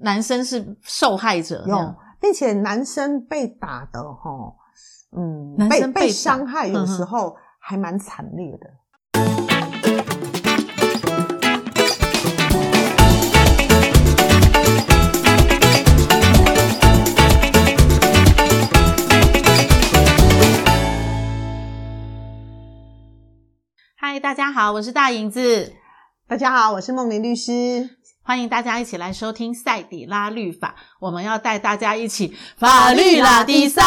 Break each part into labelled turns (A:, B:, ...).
A: 男生是受害者这
B: 有
A: 样，，
B: 并且男生被打的哈，嗯，
A: 男生被
B: 被
A: 打
B: 伤害有
A: 嗯哼
B: 时候还蛮惨烈的。
A: 嗨，大家好，我是大影子，
B: 大家好，我是梦玲律师。
A: 欢迎大家一起来收听赛底拉律法，我们要带大家一起法律拉低赛。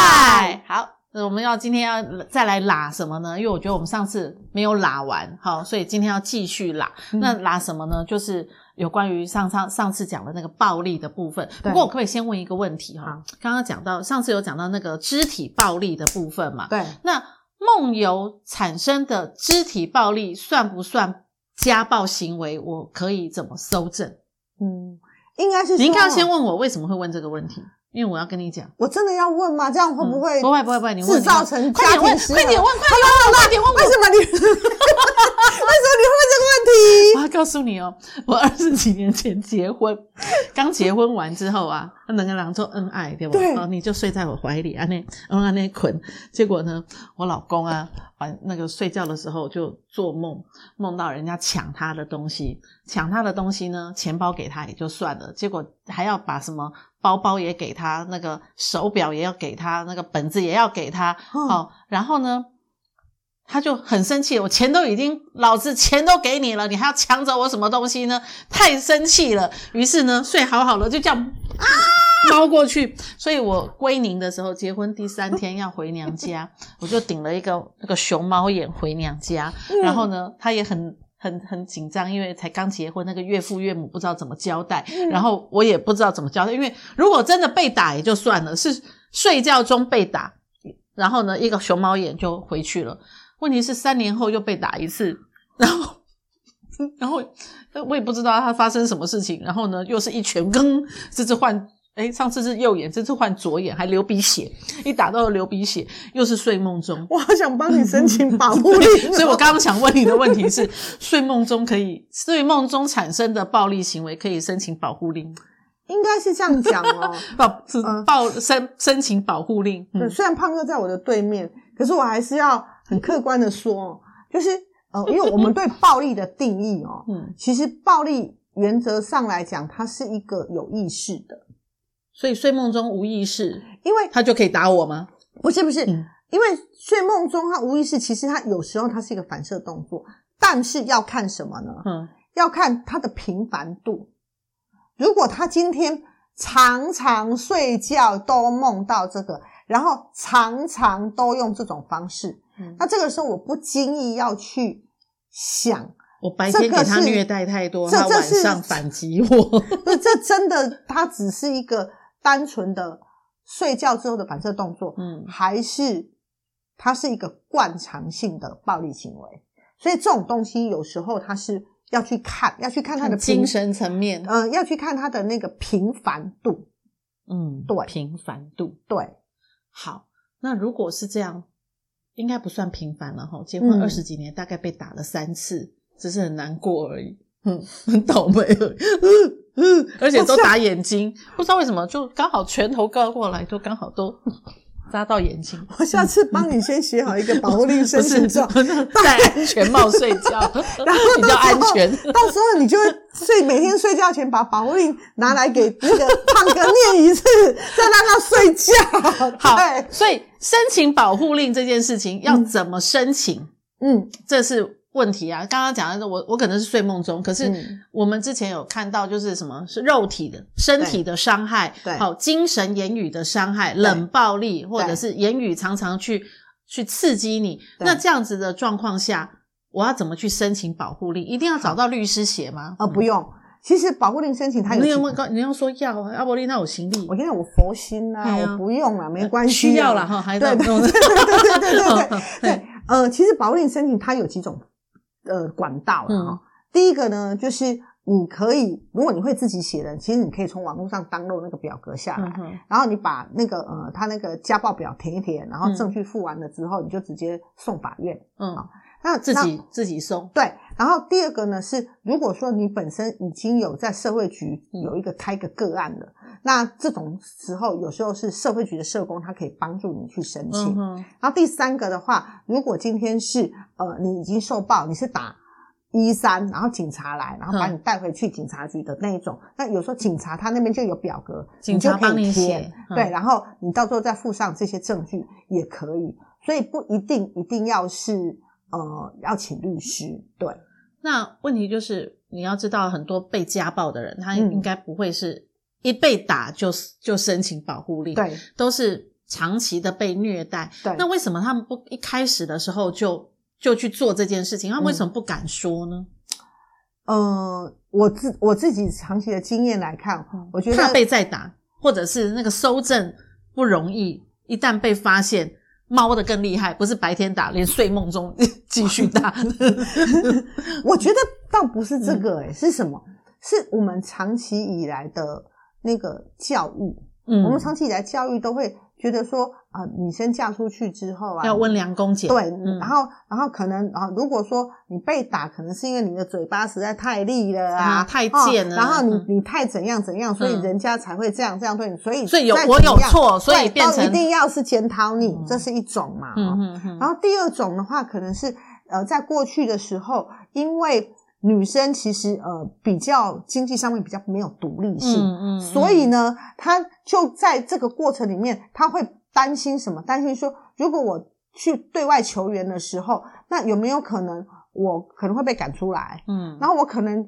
A: 好，那我们要今天要再来拉什么呢？因为我觉得我们上次没有拉完，好，所以今天要继续拉。
B: 嗯
A: 那拉什么呢？就是有关于上上上次讲的那个暴力的部分。不
B: 对
A: 过我可不可以先问一个问题哈
B: 好？
A: 刚刚讲到上次有讲到那个肢体暴力的部分嘛？
B: 对，
A: 那梦游产生的肢体暴力算不算家暴行为？我可以怎么搜证？
B: 嗯，应该是
A: 你应该要
B: 说
A: 先问我为什么会问这个问题，因为我要跟你讲。
B: 我真的要问吗？这样会不会、
A: 嗯不会不会不会，你问
B: 制
A: 你
B: 造
A: 问
B: 成
A: 快
B: 家
A: 点问，
B: 庭失
A: 快点
B: 和
A: 问，快点问，快点问！
B: 为什么你为什么你会问这
A: 我要告诉你哦，我二十几年前结婚，刚结婚完之后啊，两个人做恩爱，对吧？
B: 对
A: 哦，你就睡在我怀里，安内，嗯，安内捆。结果呢，我老公啊，晚那个睡觉的时候就做梦，梦到人家抢他的东西，抢他的东西呢，钱包给他也就算了，结果还要把什么包包也给他，那个手表也要给他，那个本子也要给他，
B: 嗯
A: 哦，然后呢，他就很生气，我钱都已经，老子钱都给你了，你还要抢走我什么东西呢？太生气了。于是呢，睡好好了，就这样啊猫过去。所以我归宁的时候，结婚第三天要回娘家，我就顶了一个那个熊猫眼回娘家。
B: 个问题？
A: 然后呢，他也很很很紧张，因为才刚结婚，那个岳父岳母不知道怎么交代，
B: 嗯
A: 然后我也不知道怎么交代，因为如果真的被打也就算了，是睡觉中被打，然后呢，一个熊猫眼就回去了。问题是三年后又被打一次， 然后。然后我也不知道他发生什么事情，然后呢，又是一拳，更这次换，哎，上次是右眼，这次换左眼，还流鼻血，一打到流鼻血，又是睡梦中，
B: 我好想帮你申请保护令 哦，
A: 所以我刚刚想问你的问题是：睡梦中可以，睡梦中产生的暴力行为可以申请保护令，
B: 应该是这样讲哦。
A: 保是
B: 嗯
A: 报申申请保护令。
B: 对，
A: 嗯，
B: 虽然胖哥在我的对面，可是我还是要很客观的说，就是呃，因为我们对暴力的定义哦，
A: 嗯
B: 其实暴力原则上来讲，它是一个有意识的，
A: 所以睡梦中无意识，
B: 因为
A: 他就可以打我吗？
B: 不是不是，
A: 嗯
B: 因为睡梦中它无意识，其实它有时候它是一个反射动作，但是要看什么呢？
A: 嗯，
B: 要看它的频繁度。如果他今天常常睡觉都梦到这个，然后常常都用这种方式，
A: 嗯
B: 那这个时候我不经意要去想，
A: 我白天给他
B: 这个是
A: 虐待太多，
B: 这
A: 他
B: 这
A: 晚
B: 是
A: 上反击我。
B: 那这真的它只是一个单纯的睡觉之后的反射动作，
A: 嗯
B: 还是它是一个惯常性的暴力行为？所以这种东西有时候它是要去看，要去看它的频
A: 精，神层面，
B: 嗯、要去看它的那个频繁度。
A: 嗯，
B: 对
A: 频繁度
B: 对，
A: 好。那如果是这样，应该不算频繁了哈。结婚
B: 嗯
A: 二十几年，大概被打了三次，只是很难过而已。嗯，很倒霉而已。嗯嗯， 而且都打眼睛，不知道为什么，就刚好拳头刚过来，就刚好都 扎到眼睛。
B: 我下次帮你先写好一个保护令
A: 不
B: 申
A: 是
B: 请状，
A: 戴安全帽睡 觉，
B: 然后
A: 比较
B: 到时候
A: 安全。
B: 到时候你就会睡，每天睡觉前把保护令拿来给那个胖哥念一次，再让他睡觉。
A: 好
B: 对，，
A: 所以申请保护令这件事情要怎么申请？
B: 嗯，
A: 这是问题啊！刚刚讲的是我，我可能是睡梦中，可是
B: 嗯
A: 我们之前有看到，就是什么是肉体的、身体的伤害，
B: 对
A: 好、精神言语的伤害，冷暴力或者是言语常常去去刺激你。
B: 对
A: 那这样子的状况下，我要怎么去申请保护令？一定要找到律师写吗？
B: 啊，不用。其实保护令申请它
A: 嗯，你
B: 有几
A: 有没有告？你要说要啊，阿伯利那有行李
B: 我，跟你讲，我佛心
A: 哎
B: 呐，
A: 呀
B: 我不用啦，没关系啊。
A: 需要了哈，还
B: 对
A: 在
B: 对对
A: 弄
B: 对对对对对
A: 对
B: 对。呃，其实保护令申请它有几种呃管道
A: 嗯
B: 啦。哈。第一个呢，就是你可以，如果你会自己写的，其实你可以从网络上 download 那个表格下来
A: 嗯。哼
B: 然后你把那个呃，他那个家暴表填一填，然后
A: 嗯
B: 证据付完了之后，你就直接送法院。
A: 嗯
B: 那
A: 自
B: 那
A: 己自己送，
B: 对，然后第二个呢是，如果说你本身已经有在社会局
A: 嗯
B: 有一个开一个个案了，那这种时候有时候是社会局的社工，他可以帮助你去申请。
A: 嗯哼，
B: 然后第三个的话，如果今天是呃你已经受报，你是打一三，然后警察来，然后把
A: 嗯
B: 你带回去警察局的那一种，那有时候警察他那边就有表格，
A: 警察
B: 你就可
A: 帮
B: 以
A: 你
B: 填
A: 写，嗯
B: 对，然后你到时候再附上这些证据也可以，所以不一定一定要是呃要请律师，对，
A: 那问题就是，你要知道，很多被家暴的人，他
B: 嗯
A: 应该不会是一被打就就申请保护令，，
B: 对
A: 都是长期的被虐待。
B: 对。
A: 那为什么他们不一开始的时候就就去做这件事情？他们为
B: 嗯
A: 什么不敢说呢？
B: 呃，我自我自己长期的经验来看，我觉
A: 嗯
B: 得
A: 怕被再打，或者是那个搜证不容易，一旦被发现。猫的更厉害，不是白天打，连睡梦中 继续打。
B: 我觉得倒不是
A: 嗯
B: 这个、欸，是什么？是我们长期以来的那个教育，
A: 嗯
B: 我们长期以来教育都会觉得说啊、女生嫁出去之后啊，
A: 要温良恭俭，
B: 对，
A: 嗯
B: 然后然后可能啊，如果说你被打，可能是因为你的嘴巴实在太利了啊，
A: 嗯太
B: 哦
A: 贱了
B: 然后
A: 嗯
B: 你你太怎样怎样，所以
A: 嗯
B: 人家才会这样这样对你，所以
A: 所以有
B: 再
A: 我
B: 怎
A: 有
B: 样
A: 错所以
B: 对
A: 变
B: 都一
A: 成
B: 定要是检讨你
A: 嗯，
B: 这是一种嘛，哦
A: 嗯嗯嗯，
B: 然后第二种的话，可能是呃，在过去的时候，因为女生其实呃比较经济上面比较没有独立性，
A: 嗯嗯，
B: 所以呢，她就在这个过程里面，她会担心什么？担心说，如果我去对外求援的时候，那有没有可能我可能会被赶出来？
A: 嗯，
B: 然后我可能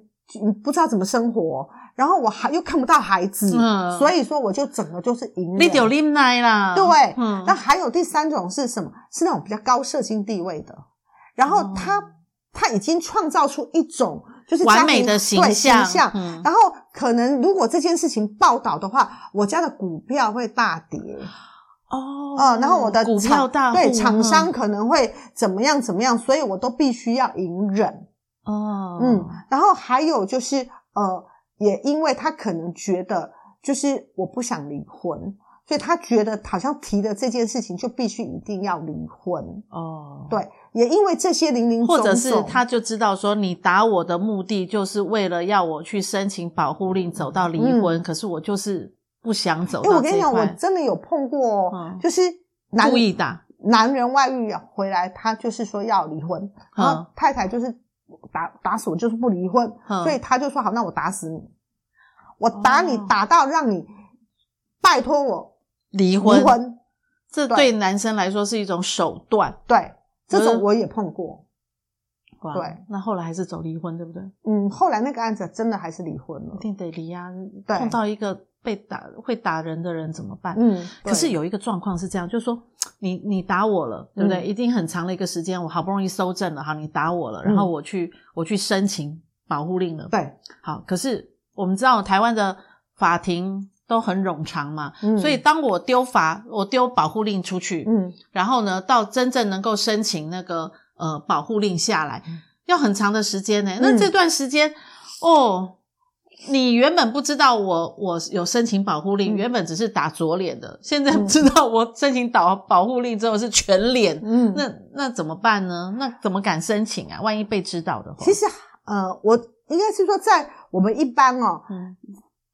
B: 嗯不知道怎么生活，然后我还又看不到孩子，
A: 嗯
B: 所以说我就整个就是隐
A: 你
B: 忍。
A: 就忍耐啦。
B: 对，
A: 嗯，
B: 那还有第三种是什么？是那种比较高社经地位的，然后
A: 哦
B: 他、他已经创造出一种就是家
A: 完
B: 庭
A: 美的
B: 对
A: 形象，
B: 形象
A: 嗯
B: 然后可能如果这件事情报道的话，我家的股票会大跌，
A: 哦
B: 呃，然后我的
A: 股
B: 厂
A: 票大户
B: 对厂商
A: 嗯
B: 可能会怎么样怎么样，所以我都必须要隐忍，
A: 哦，
B: 嗯，然后还有就是呃，也因为他可能觉得就是我不想离婚，所以他觉得好像提的这件事情就必须一定要离婚。
A: 哦，
B: 对，也因为这些零零
A: 或
B: 总总，
A: 者是他就知道说你打我的目的就是为了要我去申请保护令走到离婚，可是我就是不想走
B: 因为
A: 到
B: 嗯哎我
A: 这
B: 跟
A: 一
B: 你讲，我
A: 块，
B: 真的有碰过，哦
A: 嗯
B: 就是男
A: 故意打，
B: 男人外遇回来，他就是说要离婚，
A: 嗯
B: 然后太太就是打打死我就是不离婚，
A: 嗯
B: 所以他就说好，那我打死你，我打你、
A: 哦
B: 打到让你拜托我
A: 离
B: 离
A: 婚，
B: 婚，
A: 这对
B: 对
A: 男生来说是一种手段。
B: 对，这
A: 嗯
B: 种我也碰过。
A: 哇
B: 对，
A: 那后来还是走离婚，对不对？
B: 嗯，后来那个案子真的还是离婚了
A: 一。定得离啊！
B: 对
A: 碰到一个被打会打人的人怎么办？
B: 嗯，
A: 可是
B: 对
A: 有一个状况是这样，就是说你你打我了，对不对？
B: 嗯
A: 一定很长的一个时间，我好不容易搜证了，好，你打我了，然后
B: 嗯
A: 我去、我去申请保护令了，
B: 对，
A: 好。可是我们知道台湾的法庭都很冗长嘛，
B: 嗯
A: 所以当我丢法我丢保护令出去，
B: 嗯，
A: 然后呢，到真正能够申请那个呃保护令下来，要很长的时间呢、那
B: 嗯
A: 这段时间、哦，你原本不知道我我有申请保护令，
B: 嗯
A: 原本只是打左脸的，现在
B: 嗯
A: 知道我申请保保护令之后是全脸，
B: 嗯，
A: 那那怎么办呢？那怎么敢申请啊？万一被知道的话，
B: 其实呃，我应该是说，在我们一般哦，
A: 嗯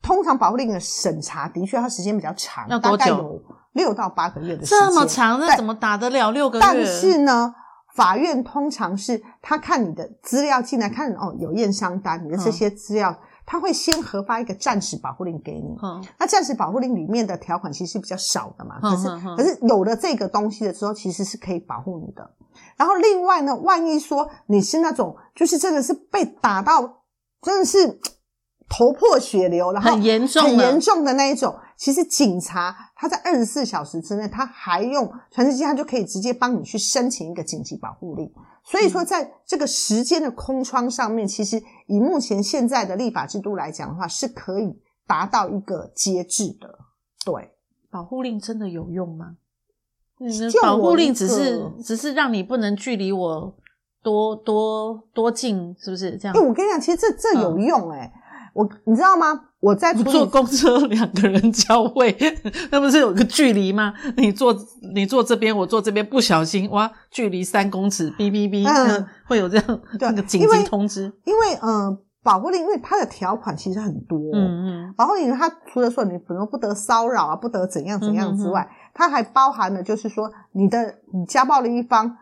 B: 通常保护令的审查的确它时间比较长，
A: 要
B: 大
A: 多
B: 概
A: 久
B: 有六到八个月的时间。
A: 这么长，那
B: 对
A: 怎么打得了六个月？
B: 但是呢，法院通常是他看你的资料进来，看哦有验伤单，你的
A: 嗯
B: 这些资料，他会先核发一个暂时保护令给你。
A: 嗯，
B: 那暂时保护令里面的条款其实是比较少的嘛，
A: 嗯
B: 可是
A: 嗯嗯
B: 可是有了这个东西的时候，其实是可以保护你的。然后另外呢，万一说你是那种就是真的是被打到真的是头破血流，然后
A: 很严重啊
B: 很
A: 了
B: 严重的那一种，其实警察他在二十四小时之内，他还用传真机，他就可以直接帮你去申请一个紧急保护令。所以
A: 嗯
B: 说，在这个时间的空窗上面，其实以目前现在的立法制度来讲的话，是可以达到一个节制的。对，
A: 保护令真的有用吗？
B: 就
A: 保护
B: 我
A: 令
B: 一
A: 只是
B: 个
A: 只是让你不能距离我多多多近，是不是这样嗯
B: 哎、？我跟你讲，其实这这有用哎、我你知道吗？我在处理
A: 坐公车 两个人交汇， 那不是有个距离吗？你坐你坐这边，我坐这边，不小心哇，距离三公尺，哔哔哔，
B: 嗯
A: 嗯，会有这样
B: 对啊
A: 那个紧
B: 因为
A: 急通知，
B: 因为嗯，保护令，因为它的条款其实很多，
A: 嗯嗯，
B: 保护令它除了说你不能不得骚扰啊，不得怎样怎样之外，它还包含了就是说你的你家暴的一方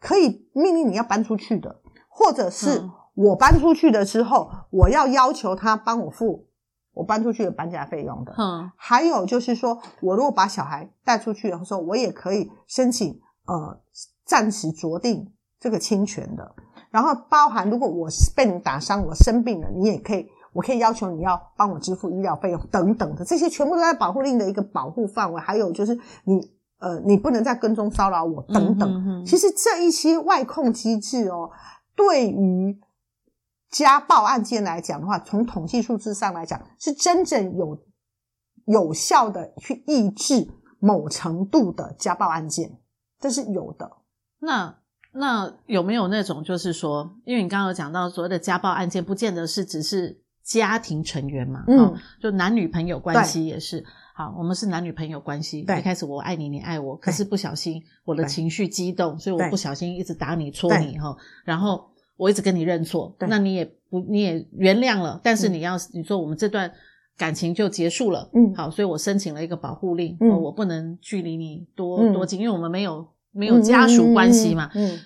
B: 可以命令你要搬出去的，或者是
A: 嗯
B: 我搬出去了之后，我要要求他帮我付我搬出去的搬家费用的。
A: 哼，
B: 还有就是说，我如果把小孩带出去的时候，我也可以申请呃暂时酌定这个侵权的。然后包含，如果我是被你打伤，我生病了，你也可以，我可以要求你要帮我支付医疗费用等等的，这些全部都在保护令的一个保护范围。还有就是你呃，你不能再跟踪骚扰我等等。
A: 嗯哼哼
B: 其实这一些外控机制哦，对于家暴案件来讲的话，从统计数字上来讲，是真正有有效的去抑制某程度的家暴案件，这是有的。
A: 那那有没有那种就是说，因为你刚刚有讲到所谓的家暴案件，不见得是只是家庭成员嘛，
B: 嗯
A: 哦就男女朋友关系也是。好，我们是男女朋友关系，
B: 对
A: 一开始我爱你，你爱我，可是不小心我的
B: 对
A: 情绪激动，所以我
B: 对
A: 不小心一直打你、戳
B: 对
A: 你哈，然后我一直跟你认错，
B: 对
A: 那你也不你也原谅了，但是
B: 嗯
A: 你要、你说我们这段感情就结束了，
B: 嗯
A: 好，所以我申请了一个保护令，
B: 嗯
A: 哦我不能距离你多、
B: 嗯
A: 多近，因为我们没有没有家属关系嘛，
B: 嗯，嗯嗯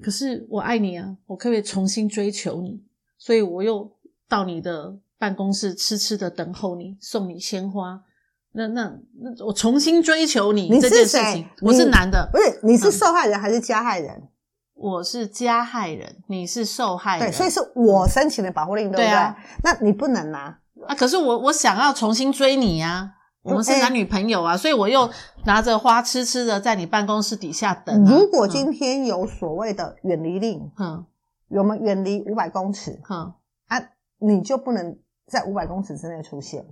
A: 可是我爱你啊，我可不可以重新追求你？所以我又到你的办公室痴痴的等候你，送你鲜花。那那那，我重新追求你
B: 你是
A: 这件事
B: 谁
A: 情，我是
B: 你
A: 男的
B: 不，是，你是受害人还是加害人？
A: 我是加害人，你是受害人。
B: 对，所以是我申请的保护令，对不对？
A: 对啊
B: 那你不能拿，
A: 啊，可是我我想要重新追你呀、我们是
B: 哎
A: 男女朋友啊，所以我又拿着花痴痴的在你办公室底下等、啊。
B: 如果
A: 嗯
B: 今天有所谓的远离令，
A: 嗯
B: 我们远离五百公尺
A: 嗯，
B: 啊，你就不能在五百公尺之内出现。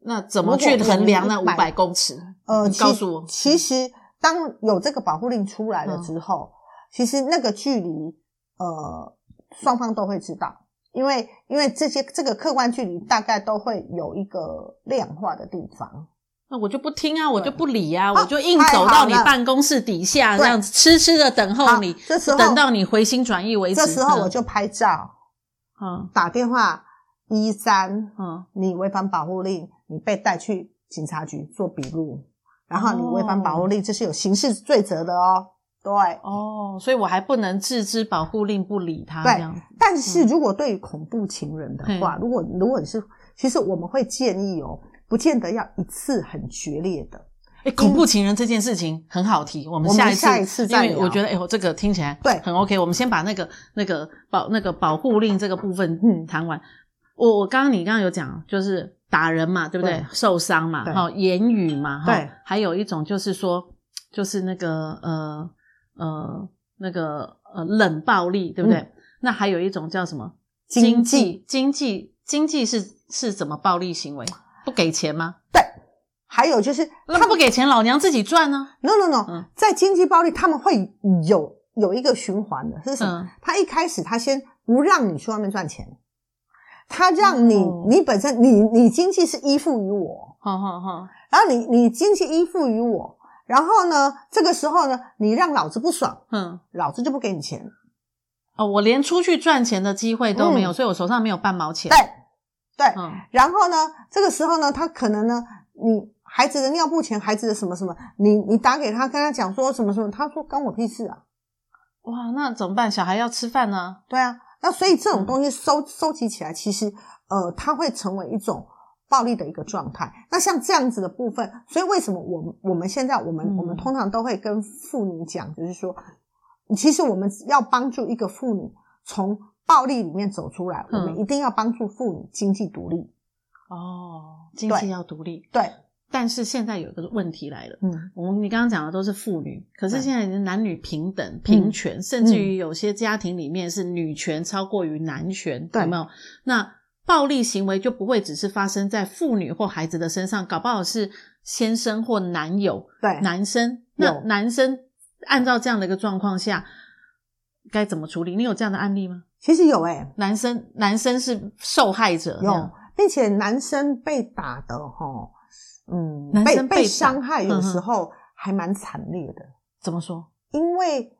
A: 那怎么去
B: 如果我们
A: 衡量那
B: 一
A: 五
B: 百
A: 百公尺？
B: 呃，
A: 你
B: 其
A: 告诉我，嗯
B: 其实当有这个保护令出来了之后，其实那个距离，呃，双方都会知道，因为因为这些这个客观距离大概都会有一个量化的地方。
A: 那我就不听啊，我就不理啊，
B: 好
A: 我就硬走到你
B: 太好了
A: 办公室底下，
B: 对
A: 这样子痴痴的等候
B: 好
A: 哦你，
B: 这时候
A: 等到你回心转意为止。
B: 这时候我
A: 嗯
B: 就拍照、
A: 嗯
B: 打电话一三，
A: 嗯
B: 你违反保护令，你被带去警察局做笔录，然后你违反保护令，这是有刑事罪责的哦。对，
A: 哦，所以我还不能置之保护令不理他
B: 对
A: 这样。
B: 但
A: 嗯
B: 是如果对于恐怖情人的话，如果如果你是，其实我们会建议哦，不见得要一次很决裂的，
A: 哎，恐怖情人这件事情很好提，我们
B: 嗯我们
A: 下一次，
B: 下一次
A: 因
B: 再
A: 为
B: 聊
A: 我觉得，哎，我这个听起来
B: 对
A: 很 OK。我们先把那个那个保那个保护令这个部分
B: 嗯
A: 谈完。我我刚刚你刚刚有讲，就是打人嘛，对不对？
B: 对
A: 受伤嘛，
B: 对
A: 哈、言语嘛，哈、
B: 对
A: 还有一种就是说，就是那个呃呃那个呃冷暴力，对不对？
B: 嗯
A: 那还有一种叫什么
B: 经
A: 济经济经济是是怎么暴力行为？不给钱吗？
B: 对，还有就是他
A: 那
B: 们
A: 不给钱，老娘自己赚呢、
B: no no no，、
A: 嗯
B: 在经济暴力他们会有有一个循环的，是什么？
A: 嗯
B: 他一开始他先不让你去外面赚钱，他让你、
A: 哦
B: 你本身你你经济是依附于我，
A: 好好好，
B: 然后你你经济依附于我，然后呢，这个时候呢，你让老子不爽，
A: 嗯，
B: 老子就不给你钱。
A: 哦，我连出去赚钱的机会都没有，
B: 嗯
A: 所以我手上没有半毛钱。
B: 对，对。
A: 嗯，
B: 然后呢，这个时候呢，他可能呢，你孩子的尿布钱，孩子的什么什么，你你打给他，跟他讲说什么什么，他说关我屁事啊。
A: 哇，那怎么办？小孩要吃饭呢、
B: 对啊，那所以这种东西收收集起来，其实呃，它会成为一种。暴力的一个状态，那像这样子的部分，所以为什么我们我们现在我们、
A: 嗯
B: 我们通常都会跟妇女讲，就是说，其实我们要帮助一个妇女从暴力里面走出来，我们
A: 嗯
B: 一定要帮助妇女经济独立。
A: 哦，经济
B: 对
A: 要独立，
B: 对，
A: 但是现在有一个问题来了。
B: 嗯，
A: 我们你刚刚讲的都是妇女，可是
B: 对嗯
A: 现在已经男女平等、平权，甚至于有些家庭里面是女权超过于男权，
B: 对
A: 有没有？那暴力行为就不会只是发生在妇女或孩子的身上，搞不好是先生或男友、
B: 对，
A: 男生。那
B: 有
A: 男生按照这样的一个状况下，该怎么处理？你有这样的案例吗？
B: 其实有哎、
A: 男生男生是受害者，这
B: 有
A: 样，
B: 并且男生被打的哈，嗯，
A: 男
B: 被
A: 生被打
B: 伤害有
A: 嗯哼
B: 时候还蛮惨烈的，
A: 怎么说？
B: 因为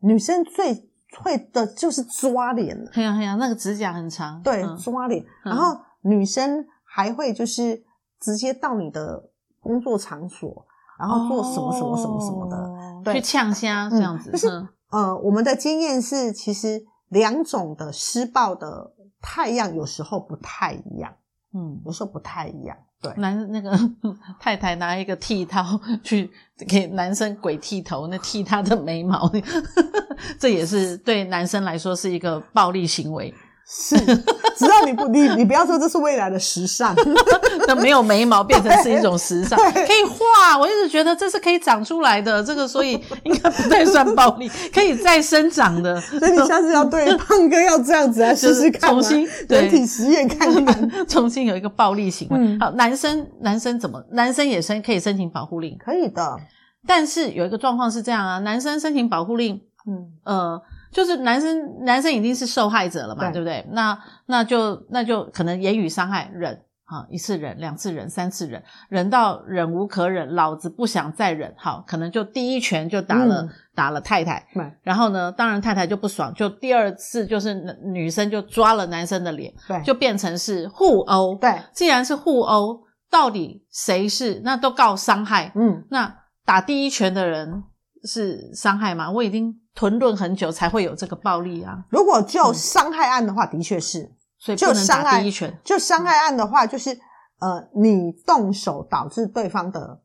B: 女生最会的就是抓脸了，
A: 嘿呀嘿呀，那个指甲很长，
B: 对，
A: 嗯
B: 抓脸，
A: 嗯
B: 然后女生还会就是直接到你的工作场所，然后做什么什么什么什么的，
A: 哦
B: 对
A: 去呛虾这样子，
B: 就是
A: 嗯
B: 呃，我们的经验是，其实两种的施暴的太阳有时候不太一样，
A: 嗯，
B: 有时候不太一样。对，
A: 男那个 太太拿一个剃刀 去给男生鬼剃头，那剃他的眉毛， 这也是对男生来说是一个暴力行为。
B: 是，只要你不，你你不要说这是未来的时尚，
A: 那没有眉毛变成是一种时尚，
B: 对
A: 可以画。我一直觉得这是可以长出来的，这个所以应该不太算暴 力，可以再生长的。
B: 所以你下次要对胖哥要这样子来试试看啊，
A: 重新对
B: 人体实验看看。
A: 重新有一个暴力行为。
B: 嗯
A: 好，男生男生怎么？男生也申可以申请保护令，
B: 可以 的，
A: 但是有一个状况是这样啊，男生申请保护令，
B: 嗯，
A: 呃，就是男生男生已经是受害者了嘛，
B: 对
A: 对不对？那那就那就可能言语伤害忍啊，一次忍，两次忍，三次忍，忍到忍无可忍，老子不想再忍，好，可能就第一拳就打了、
B: 嗯
A: 打了太太，
B: 对
A: 然后呢，当然太太就不爽，就第二次就是女女生就抓了男生的脸，
B: 对，
A: 就变成是互殴。
B: 对，
A: 既然是互殴，到底谁是？那都告伤害。
B: 嗯，
A: 那打第一拳的人是伤害吗？我已经屯论很久才会有这个暴力啊，
B: 如果就伤害案的话，的确是，
A: 所以
B: 就
A: 不能
B: 伤害
A: 打第一拳。
B: 就伤害案的话，就是呃，你动手导致对方的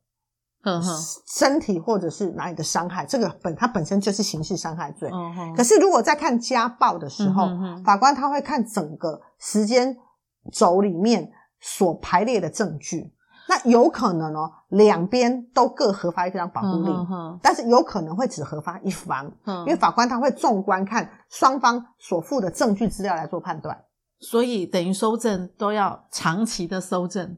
A: 呵呵，
B: 身体或者是哪里的伤害，这个本它本身就是刑事伤害罪。
A: 嗯哼
B: 可是如果在看家暴的时候，
A: 嗯哼嗯哼
B: 法官他会看整个时间轴里面所排列的证据，那有可能哦，两边都各核发一张保护令。
A: 嗯哼
B: 但是有可能会只核发一方，
A: 嗯
B: 因为法官他会纵观看双方所附的证据资料来做判断。
A: 所以等于搜证都要长期的搜证。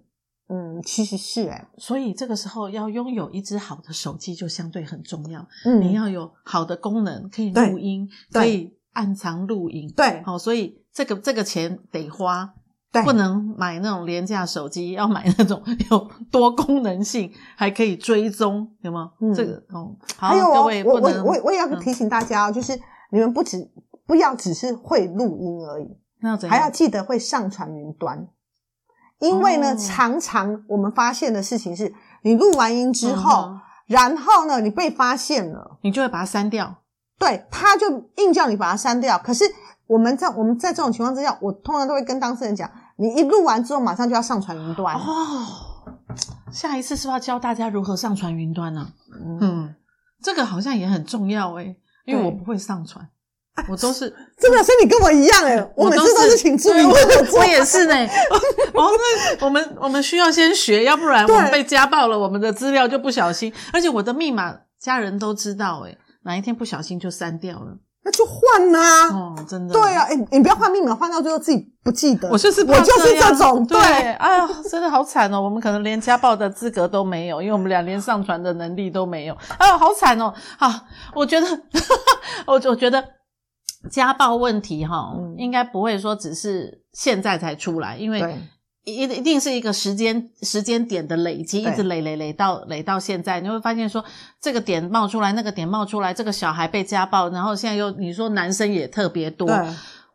B: 嗯，其实是哎、
A: 所以这个时候要拥有一只好的手机就相对很重要，
B: 嗯，
A: 你要有好的功能，可以
B: 对
A: 录音，
B: 对
A: 可以暗藏录影，
B: 对
A: 好、所以这个这个钱得花，
B: 对，
A: 不能买那种廉价手机，要买那种有多功能性，还可以追踪，有吗？
B: 嗯
A: 这个哦，好，
B: 还有
A: 各
B: 哦，
A: 位
B: 我
A: 不
B: 我
A: 能，
B: 我我也要
A: 嗯
B: 提醒大家哦，就是你们不只不要只是会录音而已，
A: 那要怎
B: 还要
A: 样？
B: 记得会上传云端，因为呢，
A: 哦
B: 常常我们发现的事情是，你录完音之后，
A: 嗯哼
B: 然后呢，你被发现了，
A: 你就会把它删掉。
B: 对，他就硬叫你把它删掉，可是。我们在我们在这种情况之下，我通常都会跟当事人讲，你一录完之后马上就要上传云端。
A: 哦，下一次是不是要教大家如何上传云端呢、
B: 嗯，
A: 嗯，这个好像也很重要诶、因为
B: 对
A: 我不会上传，我都 是
B: 这表示你跟我一样哎、我每次都是请助
A: 对
B: 理帮我
A: 我
B: 做
A: 我也是 呢。哦，那我们我们需要先学，要不然我们
B: 对
A: 被家暴了，我们的资料就不小心，而且我的密码家人都知道、欸，哪一天不小心就删掉了。
B: 那就换呐、
A: 哦，真的。
B: 对啊，，哎、你不要换密码，换到最后自己不记得。
A: 我就是怕
B: 我就是
A: 样
B: 这种，
A: 对
B: 对，，
A: 哎呀，真的好惨哦！我们可能连家暴的资格都没有，因为我们俩连上传的能力都没有。哎呀，好惨哦！啊，我觉得， 我我觉得家暴问题哈、
B: 嗯
A: 应该不会说只是现在才出来，因为
B: 对
A: 一一定是一个时间时间点的累积，
B: 对
A: 一直累累累到累到现在，你会发现说这个点冒出来，那个点冒出来，这个小孩被家暴，然后现在又你说男生也特别多，
B: 对，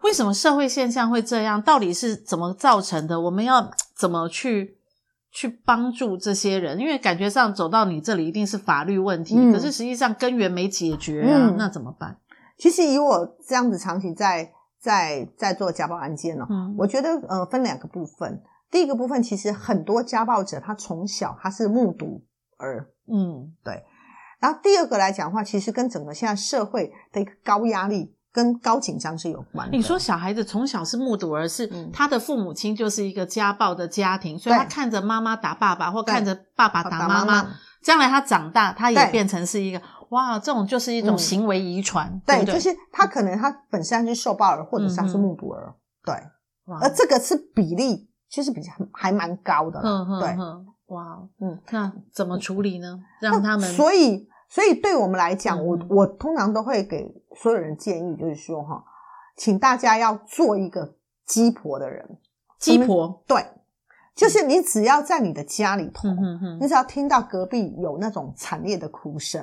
A: 为什么社会现象会这样？到底是怎么造成的？我们要怎么去去帮助这些人？因为感觉上走到你这里一定是法律问题，
B: 嗯
A: 可是实际上根源没解决啊，
B: 嗯
A: 那怎么办？
B: 其实以我这样子长期在在在做家暴案件呢、哦
A: 嗯
B: 我觉得呃分两个部分。第一个部分，其实很多家暴者他从小他是目睹儿，
A: 嗯
B: 然后第二个来讲的话，其实跟整个现在社会的一个高压力跟高紧张是有关的。
A: 你说小孩子从小是目睹而是、
B: 嗯
A: 他的父母亲就是一个家暴的家庭，所以他
B: 对
A: 看着妈妈打爸爸或
B: 对
A: 看着爸爸
B: 打
A: 打
B: 妈
A: 妈妈，将来他长大，他也
B: 对
A: 变成是一个哇，这种就是一种
B: 嗯
A: 行为遗传，对
B: 对，
A: 不对？
B: 就是他可能他本身是受暴儿，或者是他是
A: 嗯嗯
B: 目睹儿，对，
A: 哇
B: 而这个是比例，其实比较还蛮高的啦，
A: 嗯哼
B: 对。
A: 哼，哇，
B: 嗯
A: 嗯，那怎么处理呢？
B: 那
A: 让他们
B: 所以，所以对我们来讲，我
A: 嗯
B: 我通常都会给所有人建议，就是说哈，请大家要做一个鸡婆的人。
A: 鸡婆，
B: 对，就是你只要在你的家里头，
A: 嗯哼哼，
B: 你只要听到隔壁有那种惨烈的哭声，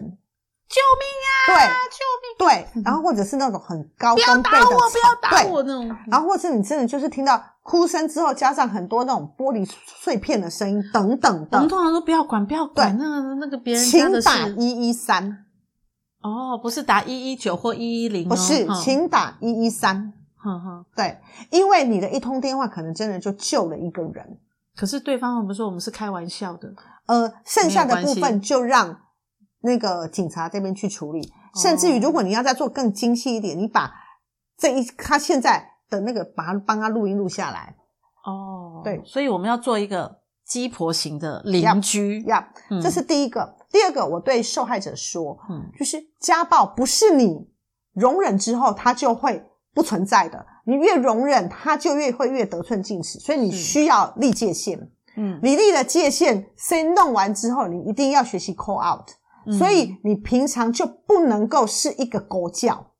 A: 救命
B: 对
A: 啊！救命！
B: 对，然后或者是那种很高
A: 不要
B: 分贝
A: 打
B: 的
A: 我！不要
B: 吵
A: 打
B: 对
A: 我那种。
B: 然后或是你真的就是听到哭声之后，加上很多那种玻璃碎片的声音等等
A: 我们
B: 的，
A: 通常都不要管，不要管
B: 对
A: 那个那个别人家
B: 请
A: 的
B: 打
A: 事。
B: 一一三，
A: 哦，不是打一一九或一一零，哦
B: 不是，
A: 哈
B: 请打一一三。
A: 哈哈。
B: 对，因为你的一通电话可能真的就救了一个人，
A: 可是对方我们说我们是开玩笑的，
B: 呃，剩下的
A: 没有关
B: 部
A: 系
B: 分就让那个警察这边去处理。
A: 哦
B: 甚至于，如果你要再做更精细一点，你把这一他现在的那个，把他帮他录音录下来，
A: 哦，
B: 对
A: 所以我们要做一个鸡婆型的邻居，
B: 呀、
A: 嗯
B: 这是第一个。第二个，我对受害者说，
A: 嗯
B: 就是家暴不是你容忍之后它就会不存在的，你越容忍它就越会越得寸进尺，所以你
A: 是
B: 需要立界限。
A: 嗯，
B: 你立了界限，say 弄完之后，你一定要学习 call out，、
A: 嗯
B: 所以你平常就不能够是一个狗叫。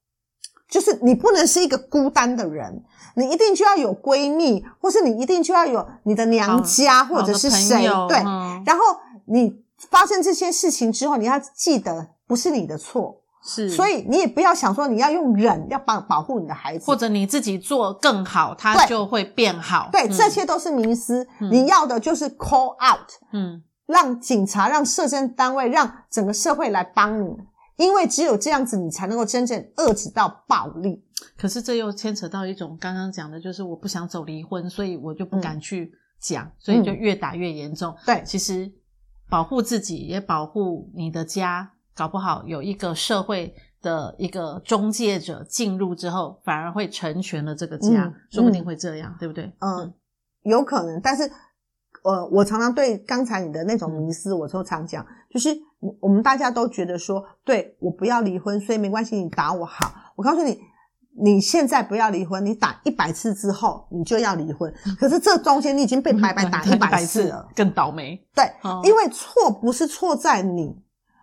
B: 就是你不能是一个孤单的人，你一定就要有闺蜜，或是你一定就要有你的娘家，或者是谁，
A: 好的朋友
B: 对，
A: 嗯
B: 然后你发生这些事情之后，你要记得不是你的错，
A: 是，
B: 所以你也不要想说你要用忍要保保护你的孩子，
A: 或者你自己做更好，它
B: 对
A: 就会变好。
B: 对，
A: 嗯
B: 这，些都是迷思。
A: 嗯
B: 你要的就是 call out，
A: 嗯
B: 让警察、让社政单位、让整个社会来帮你，因为只有这样子，你才能够真正遏制到暴力。
A: 可是这又牵扯到一种刚刚讲的，就是我不想走离婚，所以我就不敢去讲，
B: 嗯
A: 所以就越打越严重。
B: 对
A: 其实保护自己，也保护你的家，搞不好有一个社会的一个中介者进入之后，反而会成全了这个家，
B: 嗯
A: 说不定会这样，对不对？
B: 嗯、有可能，但是。呃，我常常对刚才你的那种迷思，我都常讲，就是我们大家都觉得说，对我不要离婚，所以没关系，你打我好。我告诉你，你现在不要离婚，你打一百次之后，你就要离婚。可是这中间你已经被白白嗯打一百次了，
A: 更倒霉。
B: 对，
A: 哦
B: 因为错不是错在你，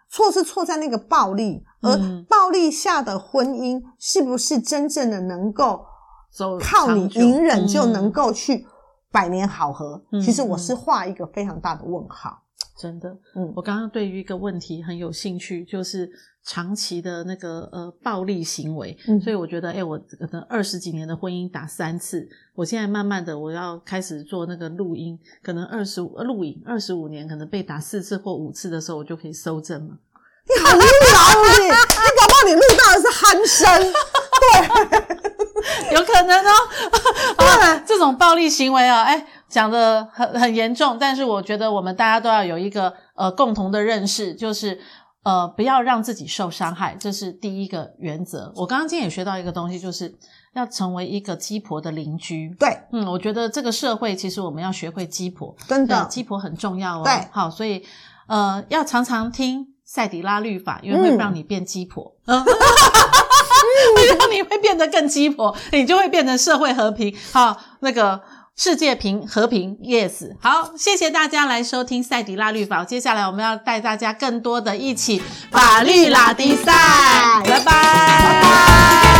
B: 错是错在那个暴力，而
A: 嗯
B: 暴力下的婚姻是不是真正的能够
A: 走
B: 靠你
A: 长久
B: 隐忍就能
A: 嗯
B: 够去百年好合？
A: 嗯
B: 其实我是画一个非常大的问号。
A: 真的，
B: 嗯
A: 我刚刚对于一个问题很有兴趣，就是长期的那个呃暴力行为，
B: 嗯
A: 所以我觉得，哎、我可能二十几年的婚姻打三次，我现在慢慢的我要开始做那个录音，可能二十五呃录影二十五年，可能被打四次或五次的时候，我就可以收证了。
B: 你好无聊你，你搞不好你录到的是鼾声。
A: 有可能哦。啊，这种暴力行为啊，哎，讲的很很严重，但是我觉得我们大家都要有一个呃共同的认识，就是。呃，不要让自己受伤害，这是第一个原则。我刚刚今天也学到一个东西，就是要成为一个鸡婆的邻居。
B: 对，
A: 嗯，我觉得这个社会其实我们要学会鸡婆，
B: 真
A: 对，
B: 的，
A: 鸡婆很重要哦。
B: 对
A: 好，所以呃，要常常听赛迪拉律法，因为会
B: 嗯
A: 让你变鸡 婆。嗯 会让你会变得更鸡婆，你就会变成社会和平。好，那个世界平和平，yes。好，谢谢大家来收听赛迪拉律法。接下来我们要带大家更多的一起法律拉迪赛，拜拜，拜
B: 拜。